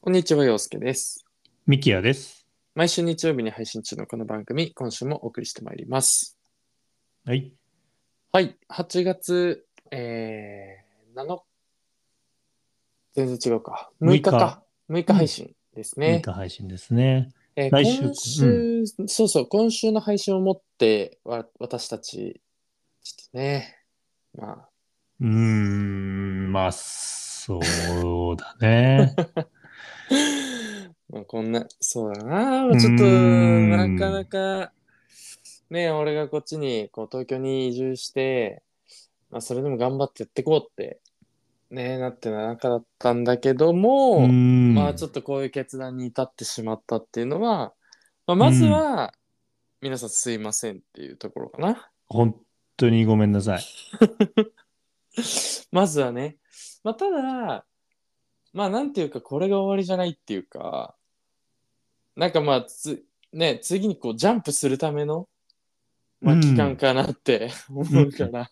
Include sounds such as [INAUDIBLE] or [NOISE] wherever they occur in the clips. こんにちは、陽介です。ミキヤです。毎週日曜日に配信中のこの番組、今週もお送りしてまいります。はい。はい、8月、えー、7全然違うか。6日か。6日配信ですミね。カ配信ですね。えー来週今週、そうそう、今週の配信をもって、わ私たち、ちょっとね、まうーん、まあ、そうだ [LAUGHS] ね。あ、 [LAUGHS] まあ、こんな、そうだな、ちょっと、うーんなかなか、ね、俺がこっちに、こう、東京に移住して、まあ、それでも頑張ってやっていこうって、ね、なってなかだったんだけども、うーん。まあちょっとこういう決断に至ってしまったっていうのは、まあ、まずは、皆さんすいませんっていうところかな。本当にごめんなさい。まずはね。まあただ、まあなんていうかこれが終わりじゃないっていうか、なんかまあつ、ね、次にこうジャンプするための、まうあん期間かなって思うから。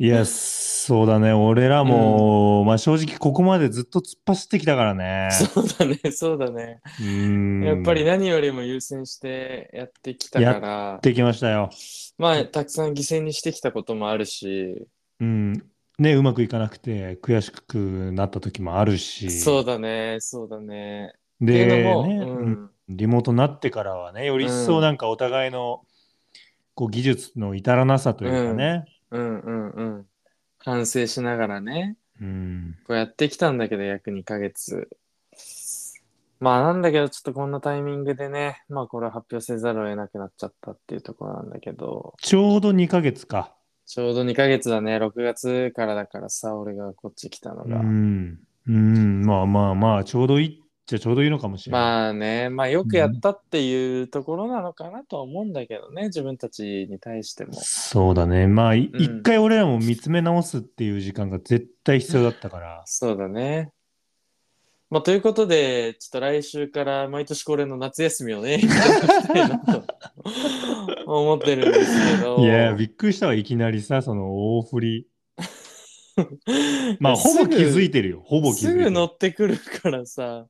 いや、そうだね。俺らも、まあ正直ここまでずっと突っ走ってきたからね。そうだね、そうだね。うーん。やっぱりや何よりも優先してやってきたからっ、てきましたよ。まあたくさん犠牲にしてきたこともあるし、うん。ね、うまくいかなくて、悔しくなった時もあるし。そうだね、そうだね。ってで、いうのも、ね、うん、リモートになってからはね、より一うん層なんかお互いの、こう技術の至らなさというかね、うん、うん、うん。反省しながらね、うん、こうやってきたんだけど、約2ヶ月。まあ、なんだけど、ちょっとこんなタイミングでね、まあ、これは発表せざるを得なくなっちゃったっていうところなんだけど、ちょうど2ヶ月か。ちょうど2ヶ月だね、6月からだからさ、俺がこっち来たのうが。ん、うん、まあまあまあ、ちょうどいいっちゃちょうどいいのかもしれない。まあね、まあ、よくやったっていうところなのかなとは思うんだけどね、自分たちに対しても。そうだね、まあ、いうん一、回俺らも見つめ直すっていう時間が絶対必要だったから。そうだね。まあ、ということで、ちょっと来週から毎年恒例の夏休みを [LAUGHS] ね、いただきたいなと思ってるんですけど。いや、びっくりしたわ、いきなりさ、その大振り。まあ、すほぐぼ気づいてるよ、ほぼ気づすいてぐる乗。ってくるからさ。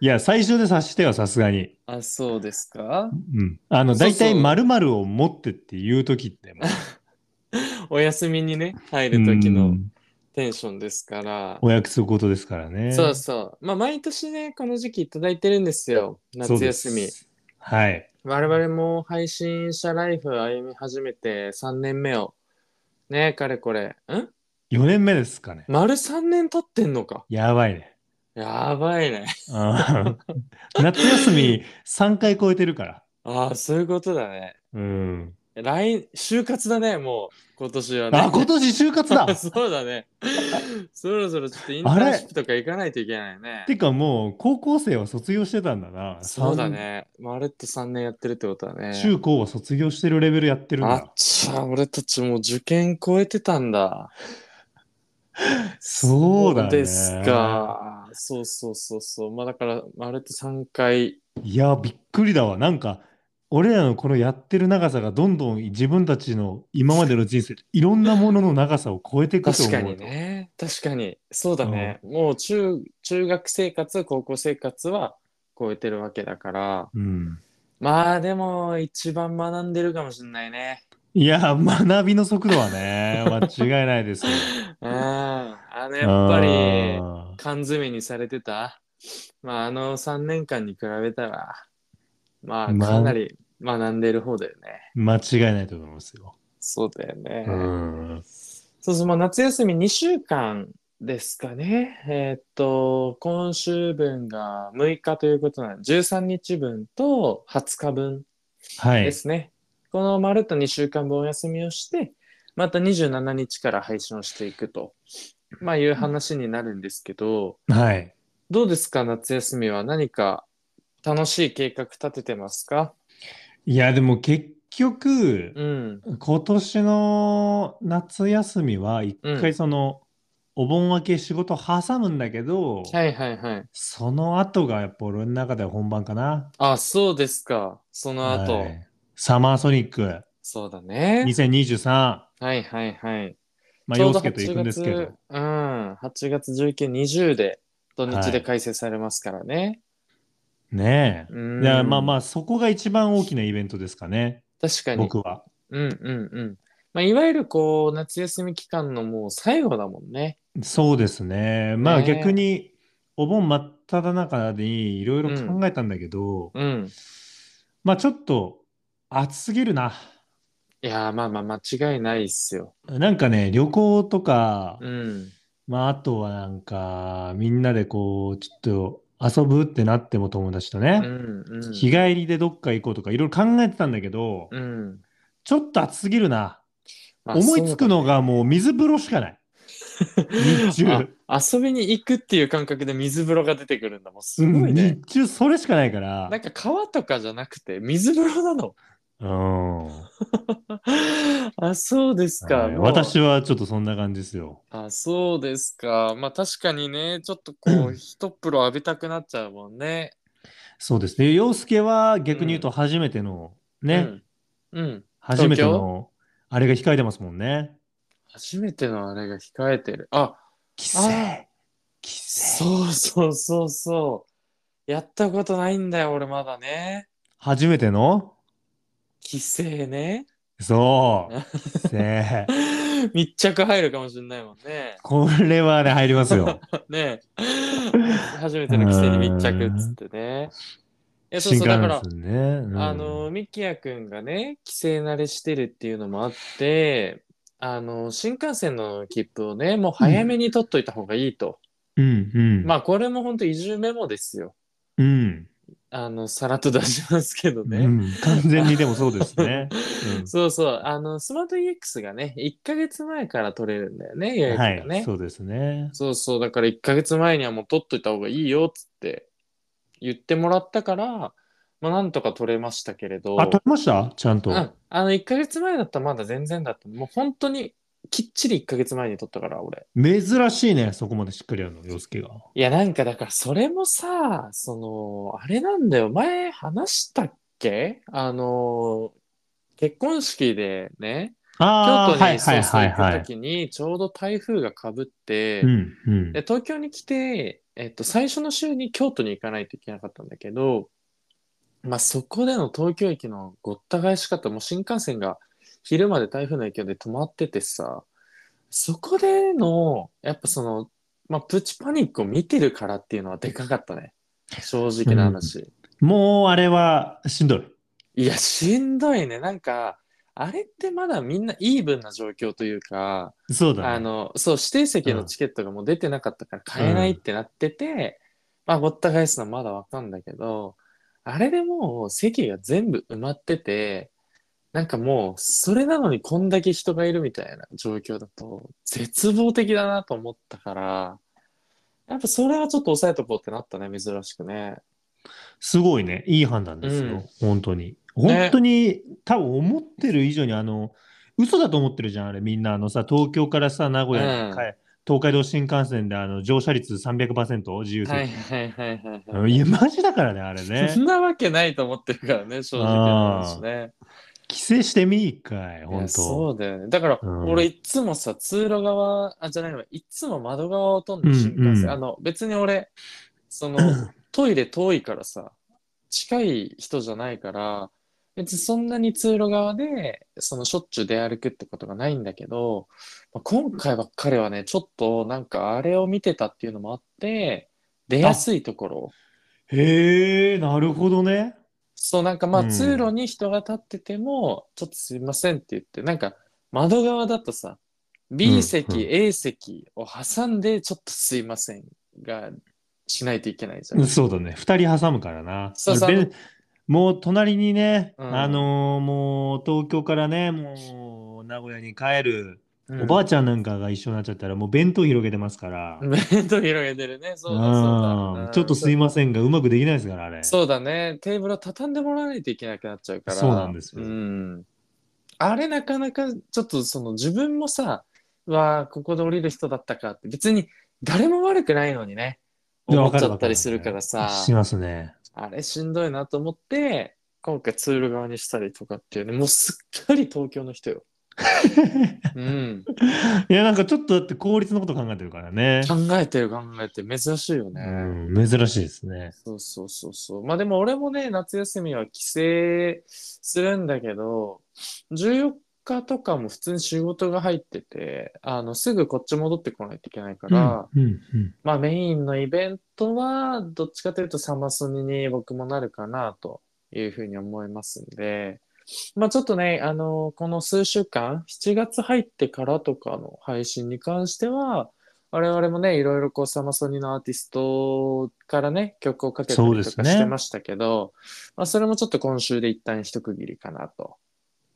いや、最初で察してはさすがに。あ、そうですかうん、あのそう大そう体まるを持ってっていう時ってもうお休みにね、入る時うのんテンションですから。お約束事ですからね。そうそう。まあ、毎年ね、この時期いただいてるんですよ。そう夏で休すみ。。はい。我々も配信者ライフ歩み始めて3年目を、ね、かれこれ、ん4年目ですかね。丸3年経ってんのか。やばいね。やばいね。あ [LAUGHS] ー夏休み3回超えてるから。ああ、そういうことだね。うん。来、就活だね、もう、今年はね。あ、今年就活 [LAUGHS] だそうだね。そろそろちょっとインターンシップとか行かないといけないね。てかもう高校生は卒業してたんだな。そうだね。まるっと3年やってるってことだね三。。中高は卒業してるレベルやってるんあっだ。ちゃ、俺たちもう受験超えてたんだ。そうだね。です。か。そうそうそうそう。まあだから、まるっと3回。いや、びっくりだわ。なんか、俺らのこのやってる長さがどんどん自分たちの今までの人生、いろんなものの長さを超えていくと確思うかと。にね。確かに。そうだね。もう中、中学生活、高校生活は超えてるわけだから。うん。まあでも、一番学んでるかもしれないね。いや、学びの速度はね、 [LAUGHS] 間違いないですよ。うん。あの、やっぱり、あー缶詰にされてた。まあ、あの3年間に比べたら、まあ、まあかなり学んでる方だよね。間違いないと思いますよ。そうだよね。うん。そうそう、まあ、夏休み2週間ですかね。えーっと、今週分が6日ということなので、13日分と20日分はでい。すね。このまるっと2週間分お休みをして、また27日から配信をしていくと、まあ、いう話になるんですけど、はい。どうですか、夏休みは何か楽しい計画立ててますかいや、でも結局、うん。今年の夏休みは、一う回その、お盆明け仕事挟むんだけど、はいはいはい。その後がやっぱ俺の中では本番かな。あ、そうですか。その後。はいサマーソニックそうだね。 2023、まはいはいはい。あ、ちょう洋ど介と行くんですけ8ど月、うん。8月19、20で土日で開催されますからね。ねうえ。んいや、まあまあ、そこが一番大きなイベントですかね。確かに。僕は。うんうんうん。まあ、いわゆるこう、夏休み期間のもう最後だもんね。そうですね。まあねえ逆に、お盆真っ只中にいろいろ考えたんだけど、うん。まあちょっと暑すぎるな。いやー、まあまあ、間違いないっすよ。なんかね、旅行とか、うん。まああとはなんか、みんなでこう、ちょっと遊ぶってなっても友達とうね、んうん。日帰りでどっか行こうとかいろいろ考えてたんだけど、うん。ちょっと暑すぎるな。まあ思いつくのがもう水風呂しか [LAUGHS] ない。日そうだね中。あ遊びに行くっていう感覚で水風呂が出てくるんだもん。すうごいんね。日中それしかないからな。んか川とかじゃなくて水風呂なの。 [LAUGHS] うん。あ、そうですか。はいもう私はちょっとそんな感じですよ。あ、そうですか。まあ確かにね、ちょっとこう、一風呂浴びたくなっちゃうもんね。そうですね。洋介は逆に言うと初めての、ね、うん。うん。初めて東の、あれが控えてますもんね。初めてのあれが控えてる。あ、帰省帰そうそうそうそう。やったことないんだよ、俺まだね。初めての帰省ね。 [LAUGHS] そう。帰省。密着入るかもしれないもんね。これはね、入りま [LAUGHS] すよ。 [LAUGHS] ねえ初めての帰省に密着っつってね。え、そう新そう、幹だから、線ね。うんあの、ミキヤくんがね、帰省慣れしてるっていうのもあって、あの、新幹線の切符をね、もう早めに取っといた方がいいと。うんうん。まあ、これも本当移住メモですよ。うん。あの、さらっと出しますけどうね。ん完全にでもそうです [LAUGHS] ね。うんそうそう、あの、スマート EX がね、1ヶ月前から取れるんだよね、予約がはね。い、そうですね。そうそう、だから1ヶ月前にはもう取っといた方がいいよっつって言ってもらったから、まあなんとか取れましたけれど、あ、取れましたちゃんと。うん、あの1ヶ月前だったらまだ全然だった。もう本当にきっちり1ヶ月前に取ったから、俺。珍しいね、そこまでしっかりやるの、洋介が。いや、なんかだからそれもさ、その、あれなんだよ、前話したっけあの、結婚式でね、京ああ、都はにいそはういそうはい行っはたい。時に、ちょうど台風がかぶって、うんうんで東京に来て、えっと、最初の週に京都に行かないといけなかったんだけど、まあ、そこでの東京駅のごった返し方もう新幹線が昼まで台風の影響で止まっててさそこでのやっぱその、まあ、プチパニックを見てるからっていうのはでかかったね正直な話、もうあれはしんどい。いやしんどいねなんかあれってまだみんなイーブンな状況というかそうだね。あのそう指定席のチケットがもう出てなかったから買えないってなってて、まあごった返すのはまだわかんだけどあれでもう席が全部埋まっててなんかもうそれなのにこんだけ人がいるみたいな状況だと絶望的だなと思ったからやっぱそれはちょっと抑えとこうってなったね珍しくねすごいね。いい判断ですよ。うん本当に。本当に、多分思ってる以上に、あの、嘘だと思ってるじゃん、あれ。みんな、あのさ、東京からさ、名古屋に帰、東海道新幹線で、あの、乗車率300%自由席。はいはいはいはいいはいや、マジだからね、あれ [LAUGHS] ねそ。んなわけないと思ってるからね正直な話ね帰省してみ、一回、い本や当。そうだよね。だから、うん俺いつもさ、通路側、あ、じゃないわ、いつも窓側を飛んで新幹線、うんうんあの、別に俺、そ [CLEARS THROAT] の、うんトイレ遠いからさ、近い人じゃないから、別にそんなに通路側で、そのしょっちゅう出歩くってことがないんだけど、まあ、今回ばっかりはね、ちょっとなんかあれを見てたっていうのもあって、出やすいところ。へえ、なるほどね。そう、なんかまあうん通路に人が立ってても、ちょっとすいませんって言って、なんか窓側だとさ、うん B 席、うん A 席を挟んで、ちょっとすいませんがしないといけないじゃん。そうだね。二人挟むからな。そうそうでもう隣にね、うんあのーもう東京からね、もう名古屋に帰るうんおばあちゃんなんかが一緒になっちゃったら、もう弁当広げてますから。 [LAUGHS] 弁当広げてるね。そうだそうだ。うんちょっとすいまませんが、うまくできないですから、あれ。そうだね。テーブルを畳んでもらわないといけなくなっちゃうから。そうなんですようんあれなかなか、ちょっとその自分もさ、うわあここで降りる人だったかって、別に誰も悪くないのにね、いや思わっかちるゃったりするからさ。しますね。あれしんどい [LAUGHS] なと思って、今回ツール側にしたりとかっていうね、もうすっかり東京の人よ。うん。いや、なんかちょっとだって効率のこと考えてるからね。考えてる考えてる珍しいよね。うん、珍しいですね。そうそうそうそう。まあでも俺もね、夏休みは帰省するんだけど、14日とかも普通に仕事が入ってて、あの、すぐこっち戻ってこないといけないかうん、うら、ん、うん。まあメインのイベントは、どっちかというとサマソニに僕もなるかなというふうに思いますんで、まあちょっとね、あの、この数週間、7月入ってからとかの配信に関しては、我々もね、いろいろこうサマソニのアーティストからね、曲をかけたそうりでとすかねしてましたけど、まあそれもちょっと今週で一旦一区切りかなと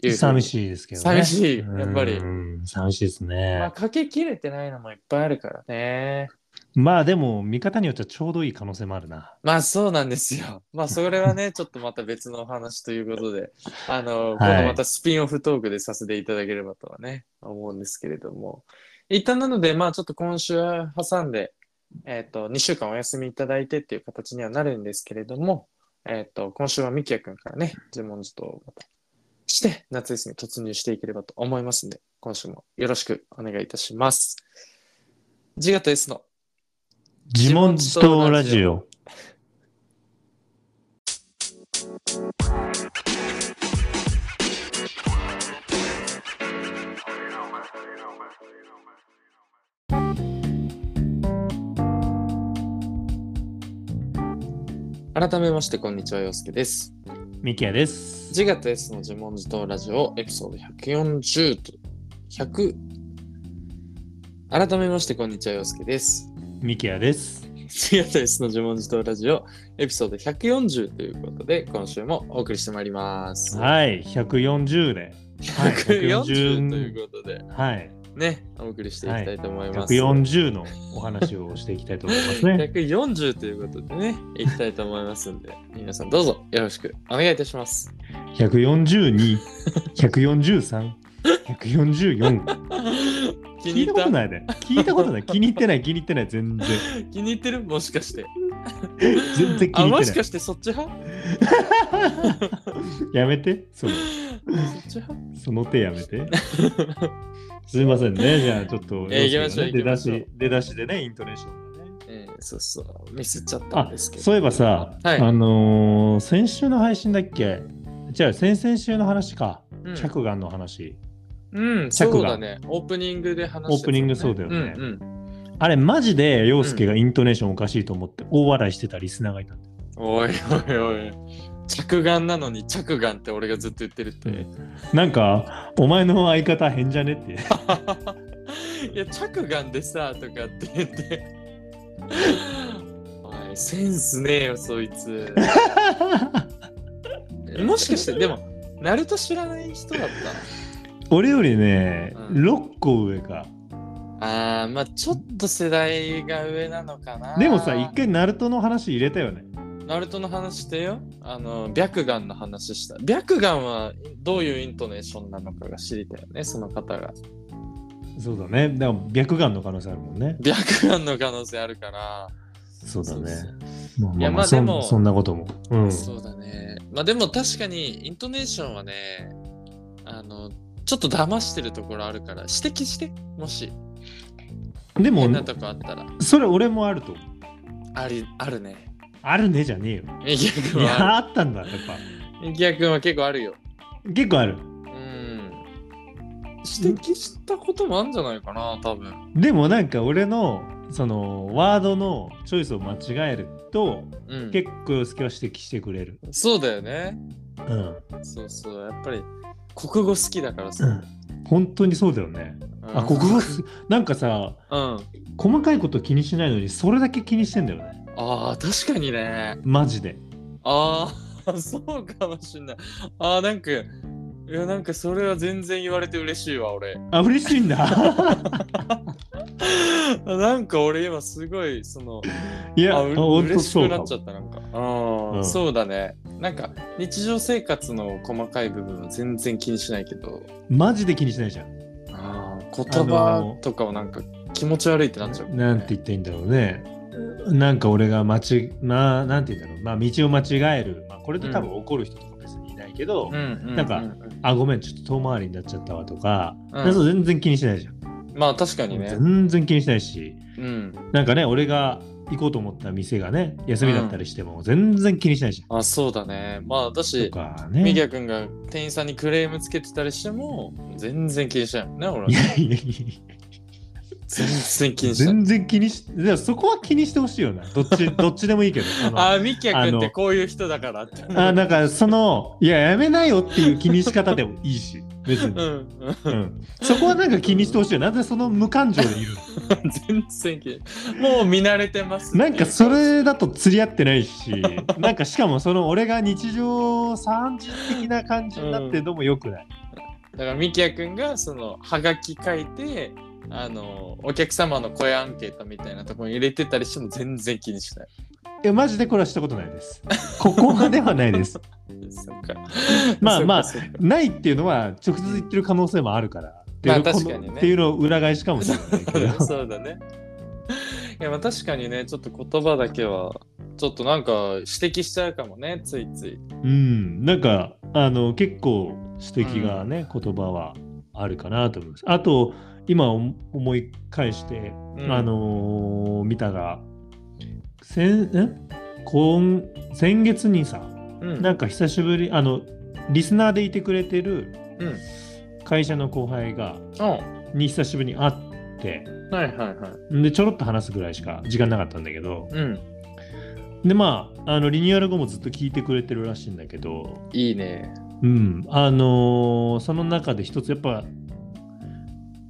いうふうに。寂しいですけどね。寂しいやっぱりうん寂しいですね。まあかけきれてないのもいっぱいあるからね。まあでも、見方によってはちょうどいい可能性もあるな。まあそうなんです [LAUGHS] よ。まあそれはね、ちょっとまた別のお話ということで、あの、はい今度またスピンオフトークでさせていただければとはね、思うんですけれども。一旦なので、まあちょっと今週は挟んで、えっ、と、2週間お休みいただいてっていう形にはなるんですけれども、えっ、と、今週はミキヤ君からね、呪文ちょっとまたして、夏休み突入していければと思いますんで、今週もよろしくお願いいたします。ジガと S の自問自答ラジオ。改めまして、こんにちは、洋介です。ミキヤです。自我と S の自問自答ラジオエピソード140と100改めましてこんにちは陽介ですミキヤです。自我と S の自問自答ラジオエピソード140ということで今週もお送りしてまいります、はい、140で。はい140ということではい。ねお送りしていきたいと思います、 140のお話をしていきたいと思います [LAUGHS] ね。 140ということでねいきたいと思いますんで皆さんどうぞよろしくお願いいたし [LAUGHS] ます142、143、144。気聞にい入たっことたないね。聞いたことない。気に入ってない、気に入ってない、全然。気に入ってるもしかして全然気に入ってないあもしかしてそっち派やめて、それそっち派その手やめ [LAUGHS] て。すいませんね、じゃあちょっと、えー行きましょう出行きだましょし、出だしでね、イントネーションがね。えーそうそう、ミスっちゃったんあですけど。そういえばさ、はいあのー先週の配信だっけじゃあ先々週の話か、うん着眼の話うん、着そうがだね。オープニングで話してたオープニングそうだよねうんうん。あれマジで陽介がイントネーションおかしいと思って大笑いしてたリスナーがいたんだよおいおいおい。着眼なのに着眼って俺がずっと言ってるって。なんかお前の相方変じゃねって [LAUGHS] いや、着眼でさ、とかって言って。 [LAUGHS] おい、センスねえよ、そい [LAUGHS] つ。もしかして、でも、ナルト知らない人だっ俺よりね、うん6個上かた。ああ、まあちょっと世代が上なのかな。でもさ一回ナルトの話入れたよねナルトの話してよ。あの、白眼の話した。白眼はどういうイントネーションなのかが知りたいよね、その方が。そうだねだから白眼の可能性あるもんね白眼の可能性あるから。そうだねそうまあいやまあそんでもそんなこともうんそうだね。まあでも確かに、イントネーションはね、あの、ちょっと騙してるところあるから、指摘して、もし、でも変なとこあったら。それ俺もあると思うあり、あるね。あるねじゃねえよミキヤい君はや、あったんだ、やっぱ。ある。ミキヤ君は結構あるよ。結構ある。うん。指摘したこともあるんじゃないかな、多分。でもなんか俺の、その、ワードのチョイスを間違えると、うん。結構洋介は指摘してくれる。そうだよね。うん。そうそう、やっぱり国語好きだからうさん。本当にそうだよね。あ、国語す、なんかさ、うん。うん細かいこと気にしないのに、それだけ気にしてんだよね。ああ、確かにね。マジで。ああ、 [LAUGHS] そうかもしんない。ああ、なんか、いや、なんかそれは全然言われて嬉しいわ、俺。 [LAUGHS] あ、嬉しいんだ。なんか俺今すごい、その、いや、ああう本当嬉しそくうなかっもち。ゃった、なんか。うん、うんそうだね。なんか、日常生活の細かい部分は全然気にしないけど、マジで気にしないじゃん。あー言葉とかをなんか気持ち悪いってなっちゃう、なんて言っていいんだろうね。なんか俺が間違、まあ、なんて言うんだろう。まあ、道を間違える。まあ、これで多分怒る人とか別にいないけど。けど、うんなんかうあごめんちょっと遠回りになっちゃったわとか,、うんなんか全然気にしないじゃん、まあ確かにね。全然気にしないしうん。なんかね俺が行こうと思った店がね休みだったりしても全然気にしないじゃん、あ、そうだね。まあ私と、かミね。ギャ君が店員さんにクレームつけてたりしても、全然気にしないもんね、俺はいやいやい全然気やにしない。全然気にしでもそこは気にしてほしいよなどっ [LAUGHS] ちどっちでもいいけどあのあ、ミギャ君っあてのこういう人だからって。あなんかそのいややめなよっていう気にし方でもい [LAUGHS] いし別うに、ん。うん、そこはなんか気にしてほしいよなぜその無感情でいるの全然気にもう見慣れてます。なんかそれだと釣り合ってな [LAUGHS] いしなんかしかもその俺が日常三次的な感じになってるのもよくない、だからミキヤくんがそのハガキ書いてあのお客様の声アンケートみたいなところに入れてたりしても全然気にしない。いやマジでこれはしたことないですこ [LAUGHS] こまではないですそっかまあまあそっかそっかないっていうのは直接言ってる可能性もあるからっていう,、まあ確かにねっていうのを裏返しかもしれないけ [LAUGHS] どそうだね。いやまあ確かにねちょっと言葉だけはちょっとなんか指摘しちゃうかもねついつい。うんなんかあの結構指摘がね、言葉はあるかなと思いますあと今思思い返してうんあのー見たが先ん今先月にさうんなんか久しぶりあのリスナーでいてくれてるうん会社の後輩がうんに久しぶりに会ってはいはいはい。でちょろっと話すぐらいしか時間なかったんだけどうんでまああのリニューアル後もずっと聞いてくれてるらしいんだけどいいね。うんあのーその中で一つやっぱ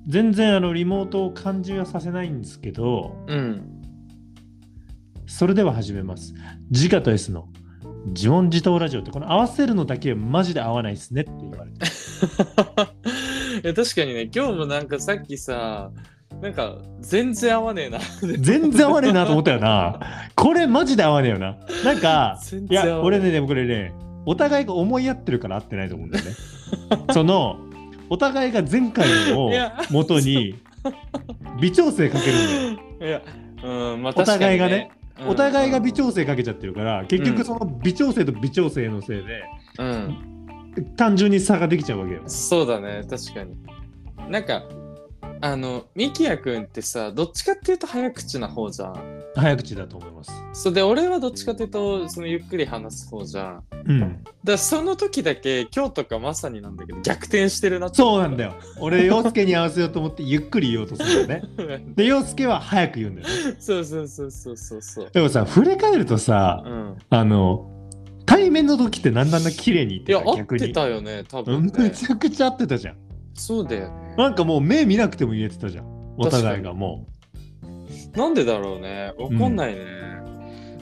全然あのリモートを感じはさせないんですけどうん。 [LAUGHS] それでは始めます。ジカと S の自問自答ラジオってこの合わせるのだけはマジで合わないですねって言わ [LAUGHS] れて。いや確かにね今日もなんかさっきさなんか全然合わねえな。全然合わねえなと思ったよな。これマジで合わねえよな。なんか、 [LAUGHS] 全い然合わねえや、俺ね、でもこれね、お互いが思い合ってるから合ってないと思うんだ [LAUGHS] よね。その、お互いが前回のをいや元に微調整かけるんだよ。いや、うん、まあ、お互いが確ねかにお互いが微調、調整かけちゃってるから、結う局んその微調整と微調整のせいで、うん、単純に差ができちゃうわけよ。そうだね、確かに。なんか、あの、ミキヤくんってさ、どっちかっていうと早口な方じゃん。早口だと思います。そうで、俺はどっちかっていうと、そのゆっくり話す方じゃん。だかうん。らその時だけ、今日とかまさになんだけど、逆転してるなってそうなんだよ。俺、洋介に合わせようと思ってゆっくり言おうとするんだよね。で、洋介は早く言うんだよね。 [LAUGHS] そうそうそうそうそうそう。でもさ、振り返るとさう、ん、あの、対面の時ってなんだんだ綺麗に言っいてやた、合っ逆てに。たよね、多う分、んめね。ちゃくちゃ合ってたじゃん。そうだよね。なんかもう目見なくても言えてたじゃん。お互いがもなんでだろうね。わかんないね。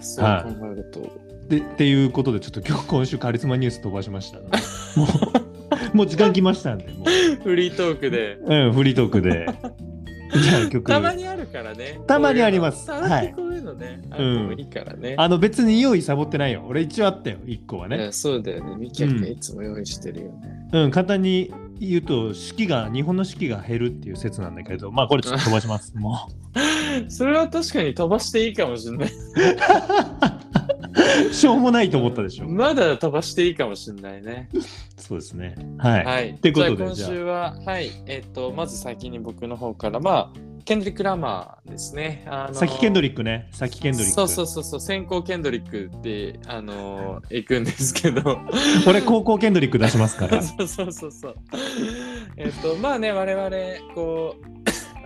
そうは考えると。う。で、っていうことで、ちょっと今日、今週カリスマニュース飛ばし [LAUGHS] ました、もう、もう時間きましたんで、もフリートークで。う。うん、フリートー [LAUGHS] クで。じゃあ曲。たまにあるからね。たまにありますこういうのたまにこういうのね、あってもいいからね。あの、別に用意サボってないよ。俺一応あったよ、一個はね。いやそうだよね。ミキヤ君うんいつも用意してるよね。うん、簡単に言うと四季が日本の四季が減るっていう説なんだけどまあこれちょっと飛ばしま [LAUGHS] すもそれは確かに飛ばしていいかもしれない。うしょうもないと思ったでしょまだ飛ばしていいかもしれないね。そうですねはい、はい。てことでじゃあ今週は、はい。えっ、と、まず先に僕の方から、まあ、ケンドリック・ラマーですね。あのさっきケンドリッリックねさっきケンドリックそうそうそうそう、先行ケンドリックって、あの行くんですけど。俺高校ケンドリック出しますか [LAUGHS] らそうそうそうそう。えっとまあね我々こう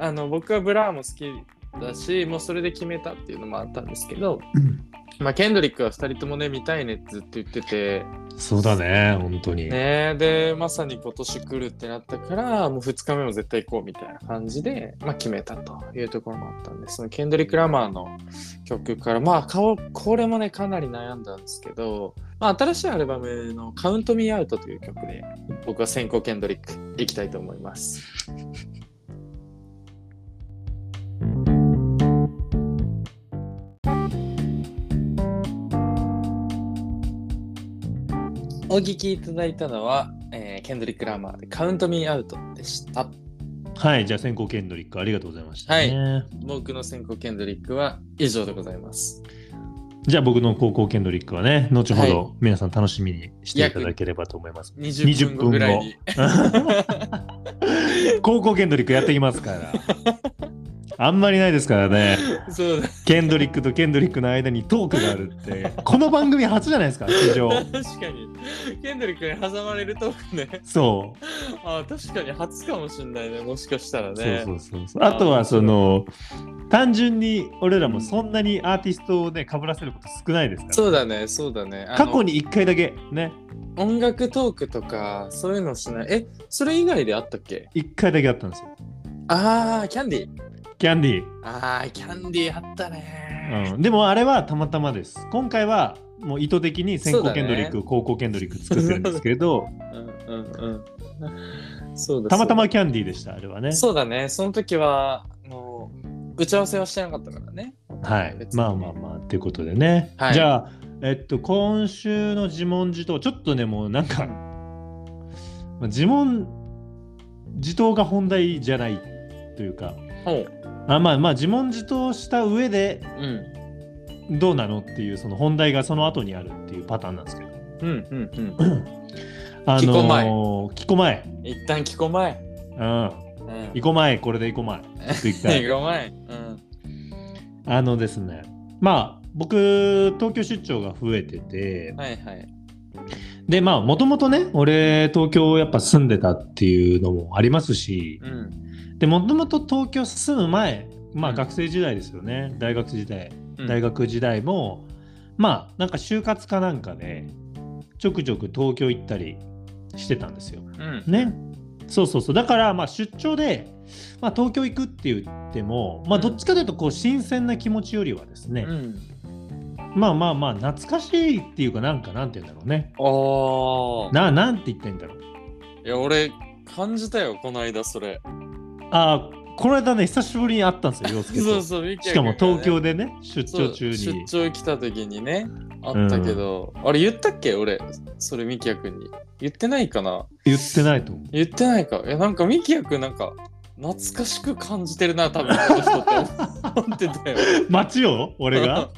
あの僕はブラーも好きだしもうそれで決めたっていうのもあったんですけど、うんまあ、ケンドリックは2人ともね見たいねってずっと言ってて、そうだね本当に、ね、でまさに今年来るってなったからもう2日目も絶対行こうみたいな感じで、まあ、決めたというところもあったんでそのケンドリック・ラマーの曲からまあ顔これもねかなり悩んだんですけど、まあ、新しいアルバムの「カウント・ミー・アウト」という曲で僕は先行ケンドリックいきたいと思います。お聞きいただいたのは、えーケンドリック・ラマーで「カウント・ミー・アウト」でした。はいじゃあ先行ケンドリックありがとうございました、ね、僕の先行ケンドリックは以上でございます。じゃあ僕の高校ケンドリックはね、後ほはど皆さん楽しみにしていただければと思います。 20分後ぐらいに。 [LAUGHS] 高校ケンドリックやっていきますから。あんまりないですからね。そうだ、ケンドリックとケンドリックの間にトークがあるって、この番組初じゃないですか、史上。確かに。ケンドリックに挟まれるトークね。そう。あ確かに初かもしんないね、もしかしたらそうね。そうそうそう。ああとはその単純に俺らもそんなにアーティストをね被らせること少ないですから。そうだね、そうだね。あの過去に一回だけね音楽トークとか、そういうのしない。え、それ以外であったっけ一回だけあったんですよ。あー、キャンディー。キャンディあー、キャンディーあったねー。うん、でもあれはたまたまです。今回はもう意図的に先そう行だねケンドリック、高校ケンドリック作ってるんですけれ [LAUGHS] ど、うんうんうん。そうだたまたままキャンディーでした、あれはね。そうだね、その時は、もう、打ち合わせはしてなかったからね。はい別。にまあまあまあ、ということでね。はいじゃあ、えっと、今週の自問自答、ちょっとね、もうなんか、まあ自問自答が本題じゃないというか、ほう。あまあまあ、自問自答した上で、うん。どうなのっていう、その本題がその後にあるっていうパターンなんですけど。うんうんうん。あきこまえのー、きこまえ。 [LAUGHS] 一旦聞こまえ。うん。うん。いこまえ、これでいこまえ。ちょっと一回 [LAUGHS] 聞こまえ。うん。 [LAUGHS] あのですね、まあ、僕、東京出張が増えてて、はいはい。でまあもともとね俺東京やっぱ住んでたっていうのもありますしうん。でもともと東京住む前まうあん学生時代ですよね、大学時代うん大。学時代も、まあなんか就活かなんかでちょくちょく東京行ったりしてたんですよ。うん。ねそうそうそうだからまあ出張で、まあ、東京行くって言っても、まあ、どっちかというとこう新鮮な気持ちよりはですね、うん。まあまあまあ懐かしいっていうかなんかなんて言うんだろうねおー。ななんて言ったらいいんだろういや、俺、感じたよ、この間、そ [LAUGHS] れ。あこの間ね久しぶりに会ったんです [LAUGHS] よ陽介とそうそう、ミキしヤか君がもね東京でね出そう張中に出張来た時にね、あったけど、あれ言ったっけ俺、それミキヤ君に。言ってないかな言ってないと思う言ってないか。いや、なんかミキヤ君なんか、懐かしく感じてるな、多分、この人って思ってたよ。街を俺 [LAUGHS] が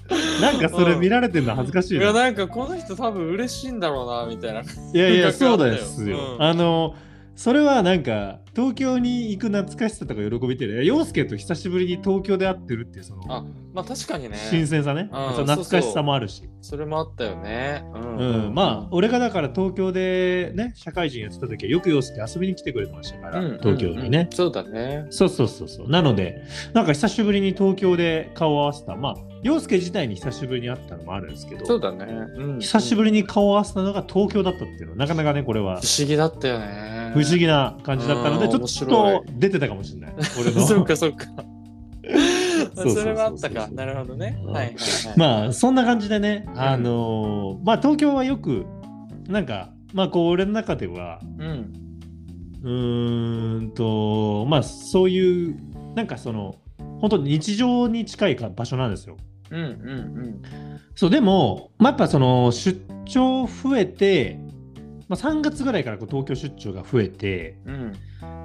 なんかそれ見られてるの恥ずかしいいや、ななんかこの人多分嬉しいんだろうな、みたいな。いやいや感覚あそっうたよですよ、うんあのそれはなんか東京に行く懐かしさとか喜びっていうより陽介と久しぶりに東京で会ってるっていうそあのまあ確かにね。新鮮さね、うんその懐かしさもあるしそれもあったよね。うん。うん、まあ俺がだから東京でね社会人やってた時はよく陽介遊びに来てくれてましたから、うん東京にね、うんそうだね。そうそうそうそう。なので、なんか久しぶりに東京で顔を合わせた、まあ、洋介自体に久しぶりに会ったのもあるんですけど、そうだね。うん、久しぶり。りに顔を合わせたのが東京だったっていうのは、なかなかね、これは不思議だったよね。不思議な感じだったので、うんち面ょっ白いと出てたかもしれない。俺の。 [LAUGHS] そう [LAUGHS] か、そうか。そうそうそうそうそれはあったか。なるほどね。うんはいはいはい。 [LAUGHS] まあ、そんな感じでね、あのーまあ、東京はよく、なんか、まあ、こう、俺の中では、うん。うーんと、まあ、そういう、なんかその、本当に日常に近いか場所なんですよ。うんうんそうでも、まあ、やっぱその出張増えて、まあ、3月ぐらいからこう東京出張が増えてうん。うん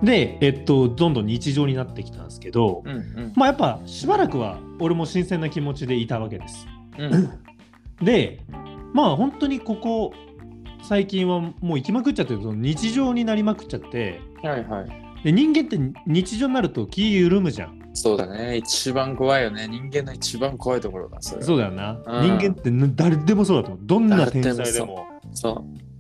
で、えっと、どんどん日常になってきたんですけど、うんうん。まあ、やっぱしばらくは俺も新鮮な気持ちでいたわけです。うんでまあ本当にここ最近はもう行きまくっちゃってその日常になりまくっちゃってはいはい。で人間って日常になると気緩むじゃん。そうだね。一番怖いよね。人間の一番怖いところだ。それそうだよな、うん人間ってな誰でもそうだと思うどんな天才誰ででももそ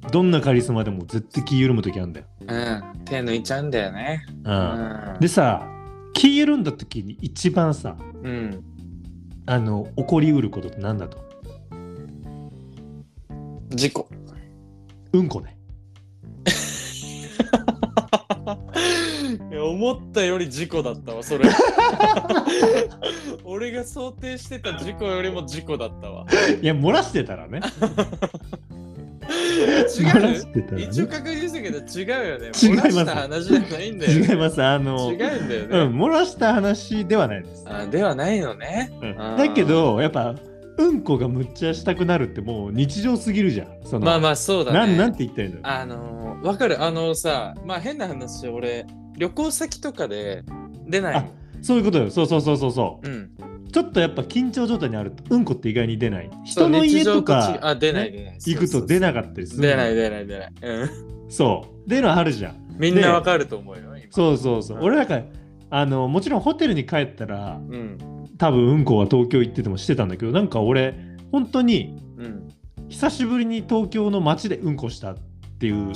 う。どんなカリスマでも絶対気緩む時あるんだよ。うん。手抜いちゃうんだよね。ううんん。でさ気緩んだ時に一番さうん。あの起こりうることって何だと事故。うんこね [LAUGHS] いや思ったより事故だったわそ [LAUGHS] れ俺が想定してた事故よりも事故だったわいや漏らしてたらね違漏らうしてたらね一応確認したけど違うよね違いま漏すらした話じゃないんだよ、ね、違いますあの違うんだよね、うん、漏らした話ではないです、あではないのねうんあーだけどやっぱうんこがむっちゃしたくなるってもう日常すぎるじゃんそのまあまあそうだなんねなんて言ったらいいんだろあのーわかるあのさまあ変な話俺旅行先とかで出ないあうそういうことよそうそうそうそうそううんちょっとやっぱ緊張状態にあるとうんこって意外に出ない人の家とそう日常違うかあ、出ない、出ない。行くと出なかったりする出ない、出ない、出ない。うん。そう出るのあるじゃんみんなわるかると思うよ、今。そうそうそううん俺なんかあのもちろんホテルに帰ったらうん。多分うんこは東京行っててもしてたんだけどなんか俺本当にうん。久しぶりに東京の街でうんこしたっていう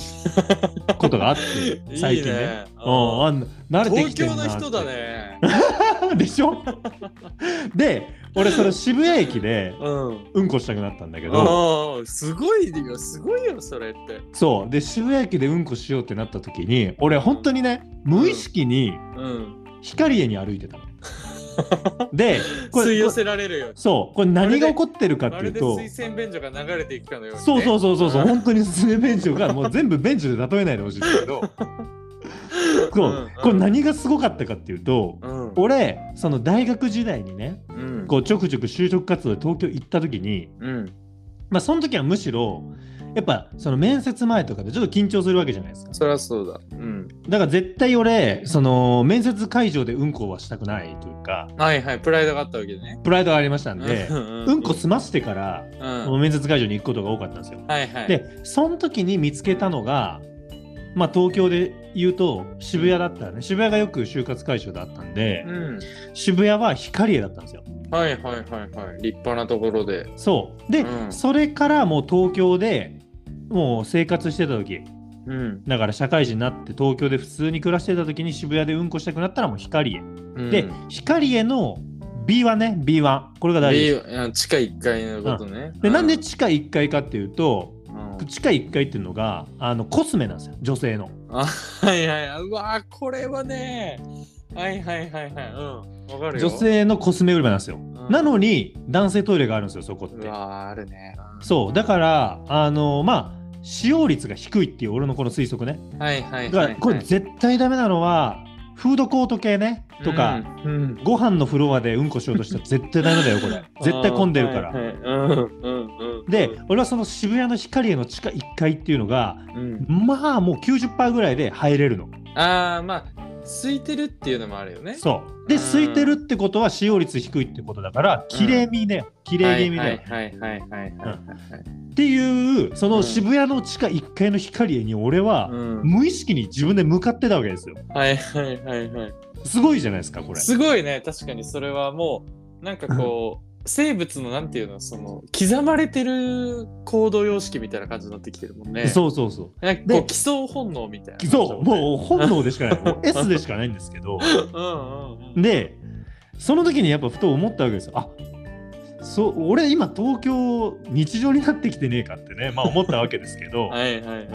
[LAUGHS] ことがあって最近ねいいねうん、あん慣れて東きて京るなのって人だね。 [LAUGHS] でしょ [LAUGHS] で俺その渋谷駅でうん。うんこしたくなったんだけどああ、すごいよ、すごいよ、それって。そうで渋谷駅でうんこしようってなった時に俺本当にね無意識にうん。光栄に歩いてたの。 [LAUGHS] でこ吸いれ寄これせられるよ。そうこれ何が起こってるかっまているうでと水洗便所が流れていくかのように、ね。そうそうそうそうそううん本当にスネベンチョがもう全部ベンチで例えないでほしいんだけど [LAUGHS] そううんうんこれ何がすごかったかっていうとうん。俺その大学時代にねうん。こうちょくちょく就職活動で東京行った時にうん。まあその時はむしろやっぱその面接前とかでちょっと緊張するわけじゃないですかそりゃそうだ。うん。だから絶対俺その面接会場でうんこはしたくないというかはいはい、プライドがあったわけね。プライドがありましたんでう、んうんこ済ませてからうん。面接会場に行くことが多かったんですよはいはい。、でその時に見つけたのが、まあ、東京で言うと渋谷だったらね渋谷がよく就活会場だったんで、うん。渋谷は光栄だったんですよはいはいはいはい。立派なところで。そうで、うんそれからもう東京でもう生活してた時うん。だから社会人になって東京で普通に暮らしてた時に渋谷でうんこしたくなったらもう光栄、うんで光栄の B1 ね B1 これが大事です B- うん地下1階のことね。でなんで地地下1階かっていうとうん地下1階っていうのがあのコスメなんですよ女性のあはいはい。うわーこれはね。はいはいはいはい。うん。わかるよ。女性のコスメ売り場なんですよ、んなのに男性トイレがあるんですよそこっうてわーあるね。うんそうだからあのまあ使用率が低いっていう俺のこの推測ねはいはいはだい、かはい。らこれ絶対ダメなのはフードコート系ねとか、うん、うんご飯のフロアでうんこしようとしたら絶対ダメだ [LAUGHS] よこれ絶対混んでるから、あーはいはいうんうんうん、で俺はその渋谷の光への地下1階っていうのがうん、まあもう90%ぐらいで入れるのああまあ空いてるっていうのもあるよね。そうでうん空いてるってことは使用率低いってことだから綺麗みだよ綺麗気味だよ、はいはいはいはいはいはいはい。っていうそのうん渋谷の地下1階の光栄に俺はうん無意識に自分で向かってたわけですよはいはいはいはい。すごいじゃないですかこれすごいね確かにそれはもうなんかこう。生物のなんていうのその刻まれてる行動様式みたいな感じになってきてるもんね。そうそうそうなんかこでう基礎本能みたいな。そうう。もう本能でしか [LAUGHS] ないもう S でしかないんですけどうんうんうん。でその時にやっぱふと思ったわけですよあそう俺今東京日常になってきてねえかってねまあ思ったわけですけ [LAUGHS] どはいはいはい。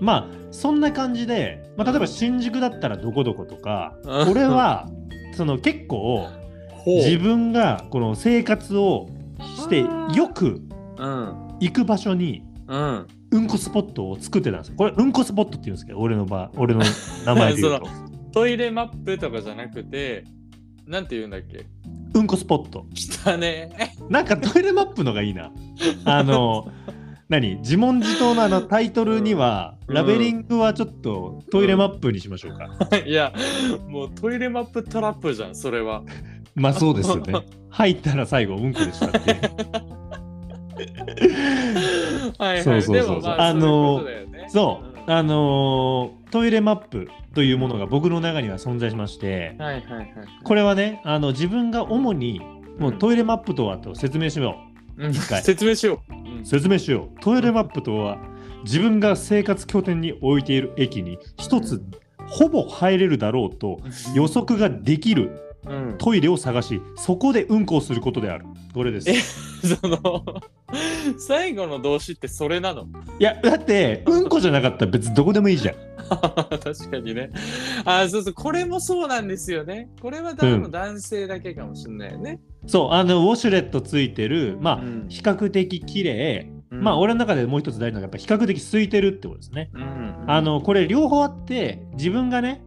まあそんな感じで、まあ、例えば新宿だったらどこどことかうん俺はその結構ほう自分がこの生活をしてよくうん行く場所にうん。うんこスポットを作ってたんですよこれうんこスポットって言うんですけど俺の [LAUGHS] 場俺の名前で言うとトイレマップとかじゃなくて、なんて言うんだっけうんこスポット汚ね。 [LAUGHS] なんかトイレマップのがいいなあの何自問自答のあのタイトルには、うんラベリングはちょっとトイレマップにしましょうか、いや、もうトイレマップトラップじゃん、それ [LAUGHS] は。まあそうですよね入ったら最後うんこでしたって [LAUGHS] いうはいはい。そうそうでそうそうもまあ、あのそういうこーとだよねそう、あのートイレマップというものが僕の中には存在しましてうん、はいはいはい。これはね、あの自分が主にもうトイレマップとはと説明しようん一回説明しよう。う。説明しよう。トイレマップとは自分が生活拠点に置いている駅に一つほぼ入れるだろうと予測ができるうん、 [LAUGHS] トイレを探し、そこでうんこをすることである。これです。えいその最後の動詞ってそれなの [LAUGHS] や、だってうんこじゃなかったら別にどこでもいいじゃん。確かにねあそうそうこれもそうなんですよねこれは多う分ん男性だけかもしれないよね、そう、あのウォシュレットついてる、まあ、うん比較的綺麗うんまあ俺の中でもう一つ大事なのがやっぱ比較的空いてるってことですね。うんあのこれ両方あって自分がね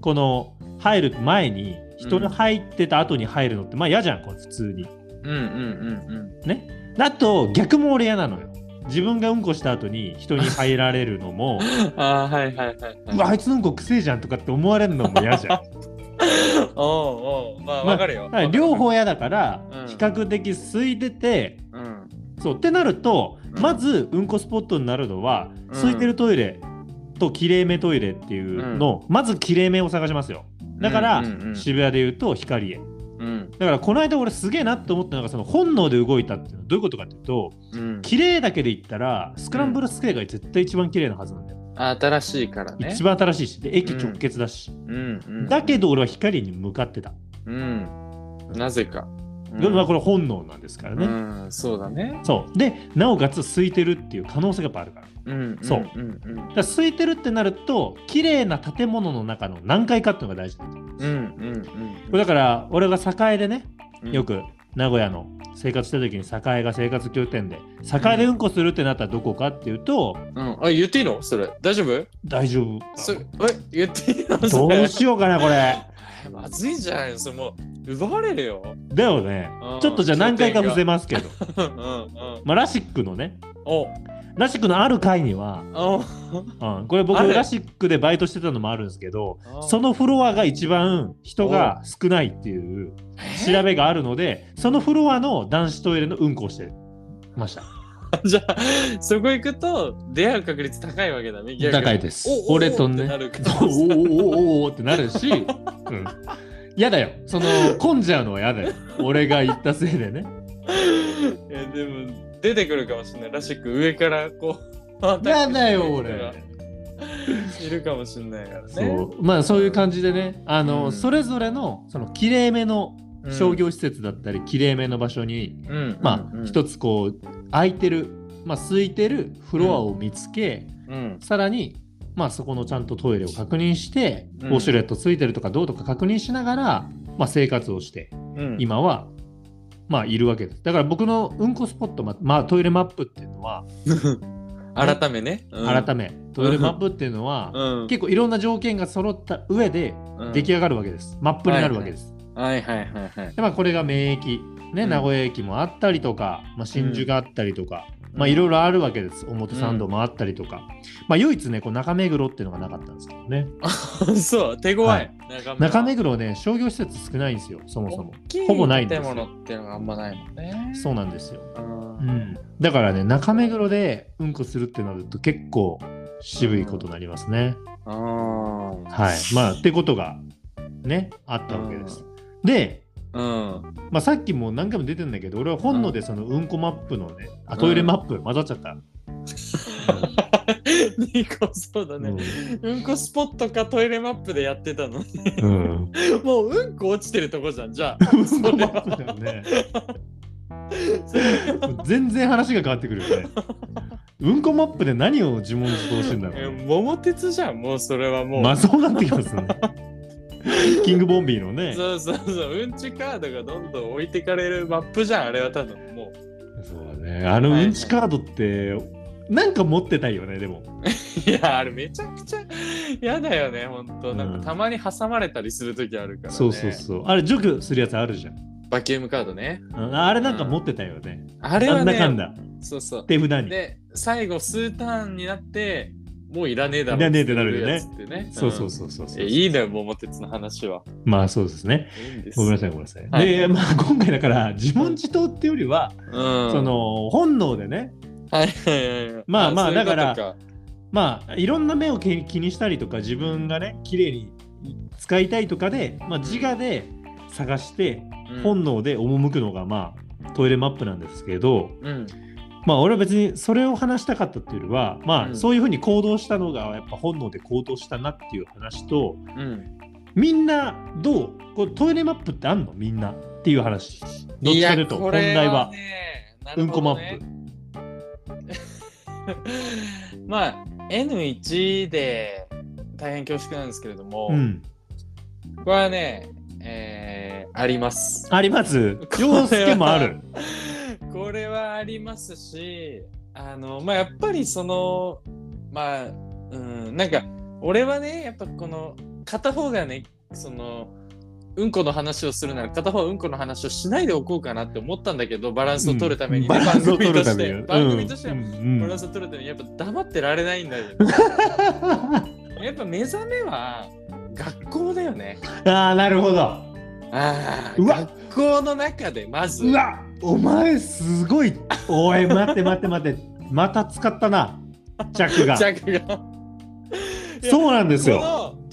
この入る前に人の入ってた後に入るのって、まあ嫌じゃんこれ普通に。うんうんうんうんあと逆も俺嫌なのよ。自分がうんこした後に人に入られるの [LAUGHS] もあーはいはいはい、はいうわあいつのうんこくせえじゃんとかっ [LAUGHS] て思われるのも嫌じゃん。おうおうまあまあわかるよ、だから両方嫌だから、うん較的空いてて、うん。そうってなると、うんまずうんこスポットになるのは、ん空いてるトイレときれいめトイレっていうのを、まずきれいめを探しますよだから、うんうんうん渋谷で言うと光へうん。だからこの間俺すげえなって思ったのがその本能で動いたっていうのはどういうことかっていうとうん。綺麗だけで言ったらスクランブルスクエアが絶対一番綺麗なはずなんだよ、新しいからね。一番新しいしで駅直結だし、うんうん。だけど俺は光に向かってた、うん。なぜか。でもまあこれ本能なんですからうね、ん、うんそうだね。そうでなおかつ空いてるっていう可能性がやっぱあるからうん。そうんうんだから空いてるってなると綺麗な建物の中の何階かっていうのが大事なんだようん。うんだから俺が栄でねうん。よ。く名古屋の生活した時に栄が生活拠点で栄でうんこするってなったらどこかっていうと、うん。あ、言っていいのそれ。大丈夫大丈夫そえ、言っていいのどそうれ。しようかなこ [LAUGHS] れまずいんじゃないのそれもう、奪われるよ。だよねうんちょっとじゃあ何回か伏せますけど、うんうんうん。まあ、ラシックのねお、ラシックのある回には、お、うん、これ僕あるラシックでバイトしてたのもあるんですけどあそのフロアが一番人が少ないっていう調べがあるのでそのフロアの男子トイレのうんこをしてましたじゃあ、そこ行くと出会う確率高いわけだね。逆に高いですおお俺とねってなるけど [LAUGHS] おおおおおってな [LAUGHS] るし、うん、やだよその混んじゃうのはやだよ俺が行ったせい [LAUGHS] でねいやでも、出てくるかもしれない。らしく上からこう。アタックして [LAUGHS] やだよくる人俺が。いるかもしれないからね。そうまあそういう感じでねあの、うんそれぞれのそのきれいめのうん商、業施設だったり、きれいめの場所に、うんうんまうあん一つこう空いてる、まあ、空いてるフロアを見つけ、うんさらに、まあ、そこのちゃんとトイレを確認して、うんウォシュレットついてるとかどうとか確認しながら、まあ、生活をしてうん、今は、まあ、いるわけですだから僕のうんこスポット、ままあ、トイレマップっていうのは、 [LAUGHS] 改めね。うん、改めトイレマップっていうのは、うん、結構いろんな条件が揃った上でうん出来上がるわけです、マップになるわけではす、いはいはいはい。でまあ、これが名駅、ねうん名古屋駅もあったりとか、まあ、新宿があったりとか、まあ、いろいろあるわけです表参道もあったりとか、まあ、唯一ねこう中目黒っていうのがなかったんですけどねろ。 [LAUGHS] そう、手強い。はい中村中目黒ね商業施設少ないんですよそもそも大きいほぼないんです建よ物っていうのがあんまないもんね。そうなんですよ、うんうん、だからね中目黒でうんこするってなると結構渋いことになりますね、あーはいまあってことがねあったわけです、でうん。まあ、さっきも何回も出てんだけど俺は本能でそのうんこマップのね、あトイレマップ混ざっちゃった、 [LAUGHS] ニコそうだうんね、うんこスポットかトイレマップでやってたのにうん、 [LAUGHS] もううんこ落ちてるとこじゃんじゃうんこマップだよね全然話が変わってくるよねうんこマップで何を自問自答してんだあえろう、ね、桃鉄じゃんもうそれはもう、まあそうなってきますねキングボンビーのねそうそうそううんちカードがどんどん置いてかれるマップじゃんあれは多分もう [LAUGHS] そうだねあのうんちカードってなんか持ってたいよねでもいやあれめちゃくちゃ嫌だよねほんとなんうんかたまに挟まれたりする時あるから、ね、そうそうそうあれ除去するやつあるじゃんバキュームカードねうんあれなんか持ってたよね、あれなはんだねかんだそうそう手札にで最後数ターンになってもういらねえだろいらねえってなるよねやつってねそうそうそそうそうそうえいいのよ桃鉄の話はまあそうですね。いいんですごめんなさい、ごめんなさい。はいで、まあ今回だから自問自答っていうよりは、うんその本能でね、はいはいはいはいまあまあそういうことだかまあいろんな目を気気にしたりとか、自分がね、綺麗に使いたいとかで、まあ、自我で探して、うん本能で赴くのが、まあトイレマップなんですけど、うんまあ俺は別にそれを話したかったっていうよりは、まうあんそういうふうに行動したのが、やっぱ本能で行動したなっていう話と、うんみんなどうこれトイレマップってあんのみんなっていう話。どっちかというといや本題はこれねなうるんこほマどッね [LAUGHS] プ。まあ N1 で大変恐縮なんですけれども、うん、これはね、えーありますあ [LAUGHS] ります。洋介もある。これはありますしあのまあやっぱりそのまあうんなんか俺はねやっぱこの片方がねそのうんこの話をするなら片方はうんこの話をしないでおこうかなって思ったんだけどバランスを取るために、うんねバランスを取るために。番組としてう番組としてはんうんバうラんンスを取るためにやっぱ黙ってられないんだよ、ね、やっぱ目覚めは学校だよねああ、なるほど。ああうわ学報の中でまずうわお前すごいおい待って待って待ってまた使ったなジャックがジャックがそうなんですよ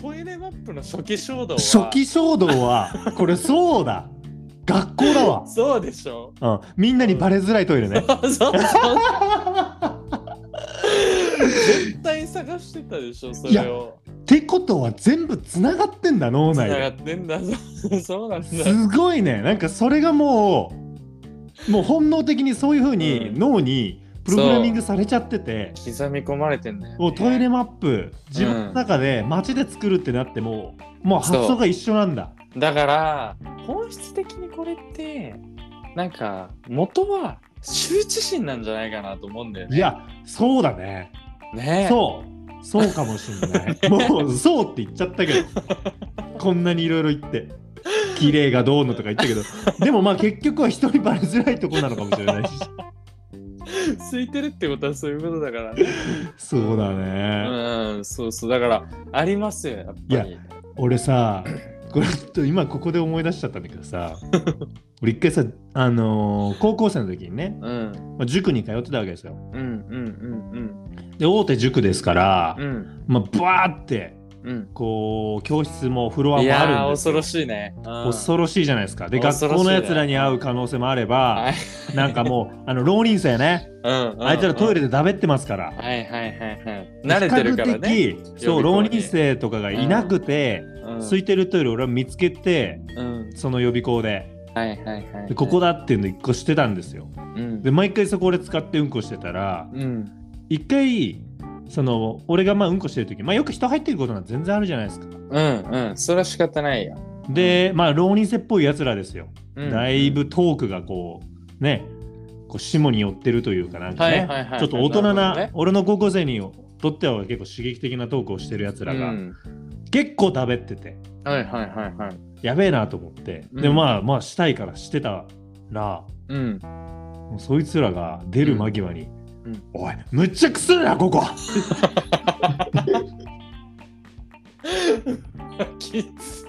このトイレマップの初期衝動は初期衝動はこれそうだ学校だわ、そうでしょうん、みんなにバレづらいトイレねそうそうそう絶対探してたでしょそれをってことは全部つながってんだ脳つな内がでってんだそう [LAUGHS] そうなんだすごいねなんかそれがもうもう本能的にそういうふうにうん脳にプログラミングされちゃってて、刻み込まれてんだよ、ね、もうトイレマップ自分の中で街で作るってなっても、もう発想が一緒なんだだから本質的にこれってなんか元は羞恥心なんじゃないかなと思うんだよね。いやそうだねねそうそうかもしんないもうそうって言っちゃったけどこんなにいろいろ言って綺麗がどうのとか言ったけどでもまあ結局は人にバレづらいとこなのかもしれないし [LAUGHS] [LAUGHS] 空いてるってことはそういうことだからね。そうだね、うんそうそうだからありますよやっぱり。俺さこれちょっと今ここで思い出しちゃったんだけどさ俺一回さあのー高校生の時にね、うんまあ、塾に通ってたわけですようんうんで大手塾ですからうんうん、うんまあバーってうんこう教室もフロアいもあやーるんで恐すよろしいね。うん恐ろしいじゃないですか。で、恐学ろしいね校のやつらに会う可能性もあれば、はいなんかもう、あの、浪人生ね、うんうんうんあいつらトイレでだべってますかはら、いはいはいはい。慣れてるからね。比較的、そう、予備校浪に人生とかがいなくて、うん空いてるトイレを俺は見つけて、うんその予備校で、はいはいはいはい。でここだっていうの一個してたんですよ。うんで、毎回そこで使ってうんこしてたら、うん一回、その、俺がまあうんこしてる時、まあよく人入ってることなんて全然あるじゃないですか。うんうんそれは仕方ないよ。で、まあ浪人生っぽいやつらですよ。うんだいぶトークがこうねこう下に寄ってるというかなんかはいねはいはい。ちょっと大人るなほどね俺の高校生にとっては結構刺激的なトークをしてるやつらが、うん結構食べっててはいはいはいはい。やべえなと思って、うんでまあまあしたいからしてたらうん。 [LAUGHS] もうそいつらが出る間際にうんう「んおいむっちゃくせえなここ!」きつ。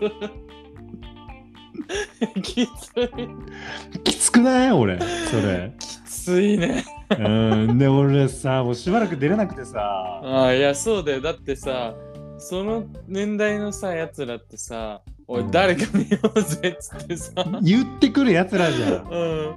きつい。 [LAUGHS] きつくない俺それきついね。うんで俺さもうしばらく出れなくてさああ、いや、そうだよ。だってさ、その年代のさ、やつらってさ、おい、うん誰か見ようぜっつってさ、言ってくるやつらじゃうんん。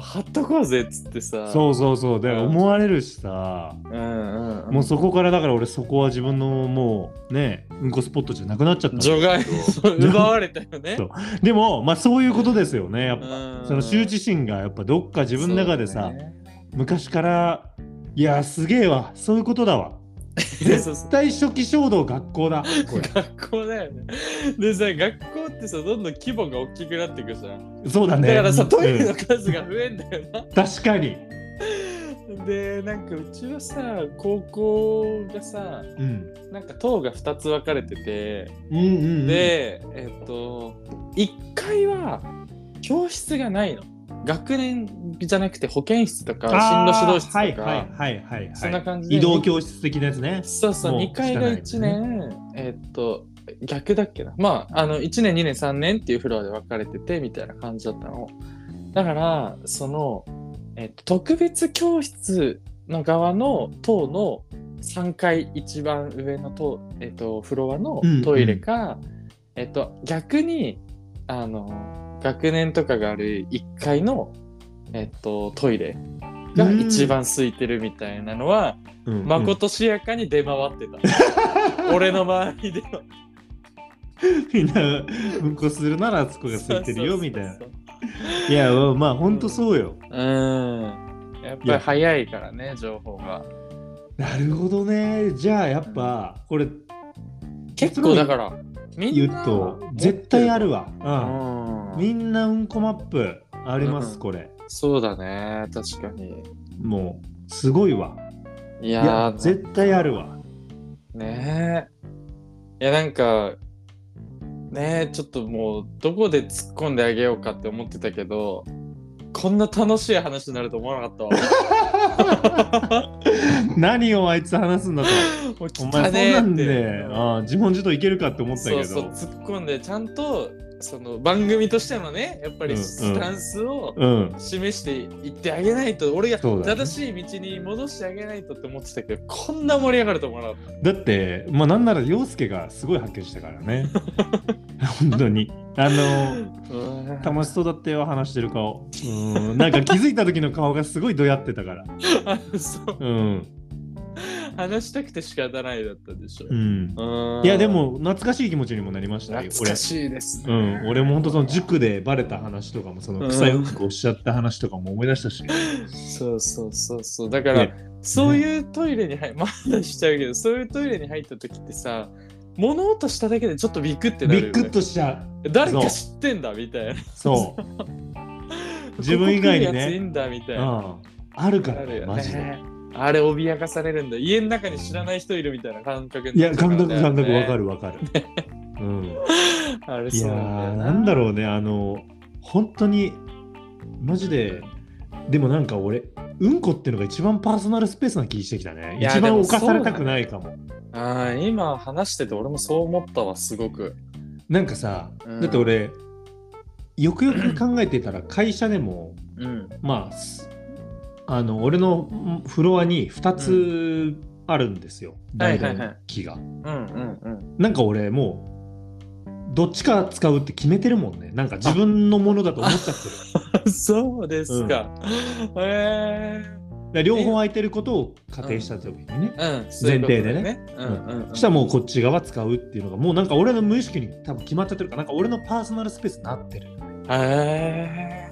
貼っとこうぜっつってさ、そうそうそうでうん思われるしさう。うんうん。もうそこからだから俺そこは自分のもうねうんこスポットじゃなくなっちゃったんだ除外、そう奪われたよね。そうでもまあそういうことですよねやっぱうんその羞恥心がやっぱどっか自分の中でそさ、うだね昔からいやすげえわそういうことだわそうそう絶対初期衝動学校だこ学校だよね。でさ、学校ってさ、どんどん規模が大きくなっていくじゃん。れそうだねだからさ、トイレうのん数が増えんだよ確かにな。で、なんかうちはさ、高校がさ、うんなんか塔が2つ分かれてて、うんうんうんで、えっと、1階は教室がないの。学年じゃなくて保健室とか進路指導室とか、はいはいはいはいはいそんな感じで移動教室的なやつねそうそう、もう2階が1年、えっと、逆だっけな。まあ、あの、1年、2年、3年っていうフロアで分かれてて、みたいな感じだったの。だから、その、えっと、特別教室の側の塔の3階一番上の塔、えっと、フロアのうんトイレか、えっと、逆に、あの、学年とかがある1階の、えっと、トイレが一番空いてるみたいなのは、うんうんまことしやかに出回ってた。俺の周りでは。 [LAUGHS] みんなうんこするならあそこが空いてるよみたいなそうそういやまあほんとそうよ、そううん。やっぱり早いからね、情報が。なるほどねじゃあやっぱこれ結構だから、み言んうな。と絶対あるわ。わ、うん。うんみんなうんこマップあります、うんこれそうだね、確かに。もうすごいわいいややー絶対あるわねえ。いや、なんか、ねえ、ちょっともう、どこで突っ込んであげようかって思ってたけど、こんな楽しい話になると思わなかったわ。何をあいつ話すんだと [LAUGHS] もうお来前たそうねなーんってであー自問自答いけるかって思ったけそどうそう突っ込んでちゃんとその番組としてのねやっぱうりんうんスタンスをうん。示していってあげないと、俺がそうだね正しい道に戻してあげないとって思ってたけどこんな盛り上がると思わなかっだって、まあなんなら陽介がすごい発見したか [LAUGHS] らね。本当に。あの、たうん楽しそうだったよ、話してる顔。うん。なんか気づいた時の顔がすごいどやってたから。あ [LAUGHS] そううん。話したくて仕方ないだったでしょ、うん。うんいや、でも、懐かしい気持ちにもなりましたよ、懐かしいですね、俺。うん、俺も本当その塾でバレた話とかもその臭いうんこをしちゃった話とかも思い出したし、そうそうそうそうだから、ねそういうトイレに入ま [LAUGHS] だしちゃうけどそういうトイレに入った時ってさ物音しただけでちょっとビクってなるビよ、ね、クッとしちゃう誰か知ってんだみたいなそ [LAUGHS] う、自分以外にねここ来るやついんだみたういん、な、あるかならるねよマジでねあれ脅かされるんだ家の中に知らない人いるみたいな感覚いや感覚感覚わかるるわかる、うん、あれいやそうなんだよーなんだろうねあの本当にマジででもなんか俺うんこってのが一番パーソナルスペースな気してきたねいや一で番も犯されたくないかもあー今話してて俺もそう思ったわすごくなんかさ、うんだって俺よくよく考えてたら会社でも、うんまあすあの俺のフロアに2つあるんですよ、は台い座はいはいの木が、うんうんうん [LAUGHS] なんか俺もうどっちか使うって決めてるもんねなんか自分のものだと思っちゃってるあそうですか、へえで両方空いてることを仮定した時にね、うんそういうことだよ前ううんんうんうんそしたらもうこっち側使うっていうのがもうなんか俺の無意識に多分決まっちゃってるからなんか俺のパーソナルスペースになってるへー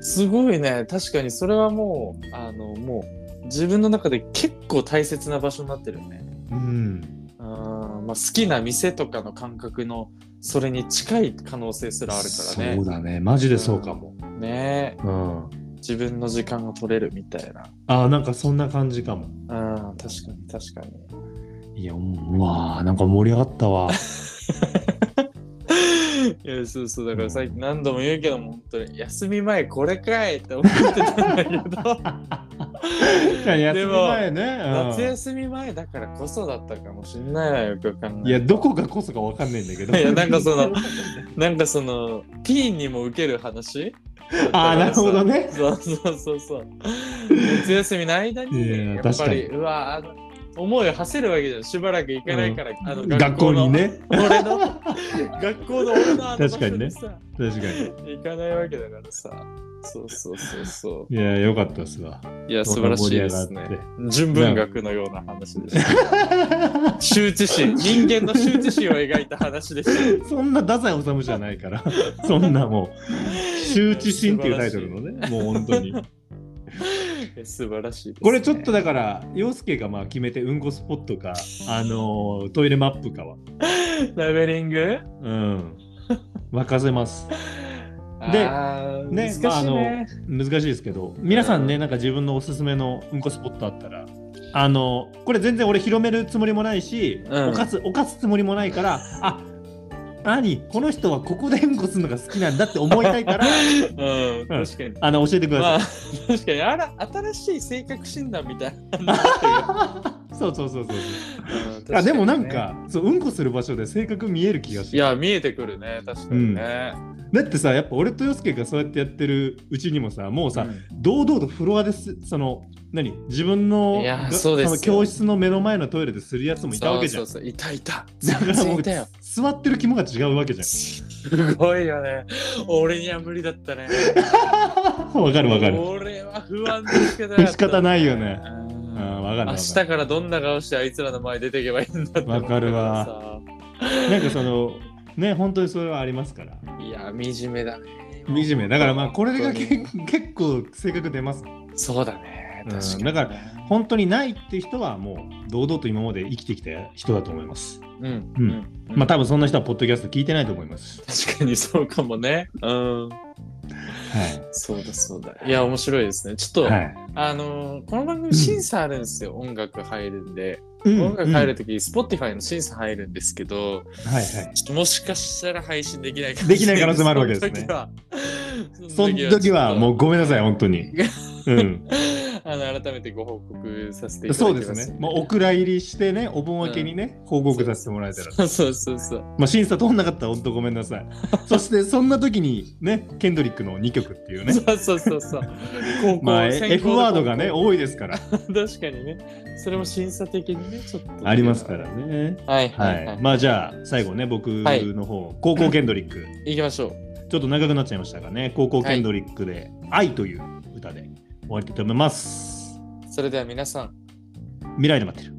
すごいね確かにそれはもうあのもう自分の中で結構大切な場所になってるよねうんあー、まあ、好きな店とかの感覚のそれに近い可能性すらあるからそうねだねマジでそうかも、ねえうん自分の時間が取れるみたいなあーなんかそんな感じかもうん確かに確かにいやうんうわーなんか盛り上がったわいやそうそうだからさっき何度も言うけども本当に休み前これかいって思ってたんだけどいや休でみも前ね、 [LAUGHS] うん夏休み前だからこそだったかもしんないわよくわかんないいやどこがこそかわかんないんだけどいやなんかそのなんかそのティーンにも受ける話あ [LAUGHS] あなるほどねそうそうそうそう夏休みの間いやにやっ確ぱかりにうわあの思いを馳せるわけじゃんしばらく行かないから、あの学校にねの俺の [LAUGHS] 学校の俺のあの場所確かにねさ確かに行かないわけだからさそうそうそうそいやよかったっすわういや素晴らしいです盛り上ねが純文学のような話でした羞恥心人間の羞恥心を描いた話でした [LAUGHS] そんな太宰治じゃないから [LAUGHS] そんなもう「羞恥心」っていうタイトルのねもう本当に素晴らしいですねこれちょっとだから洋介がまあ決めてうんこスポットかあのートイレマップかはラベリングうん任せますであーね難しいね、難しいですけど皆さんねなんか自分のおすすめのうんこスポットあったらあのこれ全然俺広めるつもりもないし、うん犯す犯すつもりもないからあ何この人はここでうんこするのが好きなんだって思いた [LAUGHS] いからうん、うん確かに。あの教えてくだまさあい、、確かにあら新しい性格診断みたいな話そうそうそうそうだけど。うんあでもな。確んにねかそううんこする場所で性格見える気がしいるや、見えてくるね、確かにね。だってさやっぱ俺と洋介がそうやってやってるうちにもさもうさ、うん堂々とフロアですその何自分のいやがそうですよの教室の目の前のトイレでするやつもいたわけじゃんそうそうそういたいた。だからも全然いうたよ。座ってる肝が違うわけじゃすごいよね。俺には無理だったね。ん。わかるわかる。俺は不安で仕方なかった。仕方ないよねうんうんわかるわかる明日からどんな顔してあいつらの前に出ていけばいいんだって思ったらわさかなんかそのね本当にそれはありますから。いや、惨めだね。惨め。だからまあこれが本け結構性格出ます。そうだね。うん確かに、だから、本当にないって人はもう堂々と今まで生きてきた人だと思います。うん、うんうまあ多分そんな人はポッドキャスト聞いてないと思います。確かにそうかもね。うん。はそうだそうだ。いや、面白いですね。ちょっと、い。はい。あのーこの番組審査あるんですよ。音楽入るんで。うん音楽入るうんとき、Spotify の審査入るんですけど、はいはい。ちょっともしかしたら配信できないかできない可能性もあるわけですねその時は。その時はもう。 [LAUGHS] うごめんなさい本当に。うん。あの改めてご報告させていただそきうますですね。まあ、お蔵入りしてね、お盆明けにね、報告させてもらえたら。そうそうそうそう。まあ、審査通んなかったら本当ごめん [LAUGHS] なさい。そして、そんな時にね、ケンドリックの2曲っていうね。そうそうそうそう。高校まあ、先行で F ワードがね、高校多いですから。確かにね。それも審査的にね、ちょっと。ありますから。ね。はいは、はい。はいい。まあ、じゃあ、最後ね、僕はいの方、高校ケンドリック。行きましょう。ちょっと長くなっちゃいましたがね、高校ケンドリックで、愛という歌で終わりたいと思います。それでは皆さん、未来で待ってる。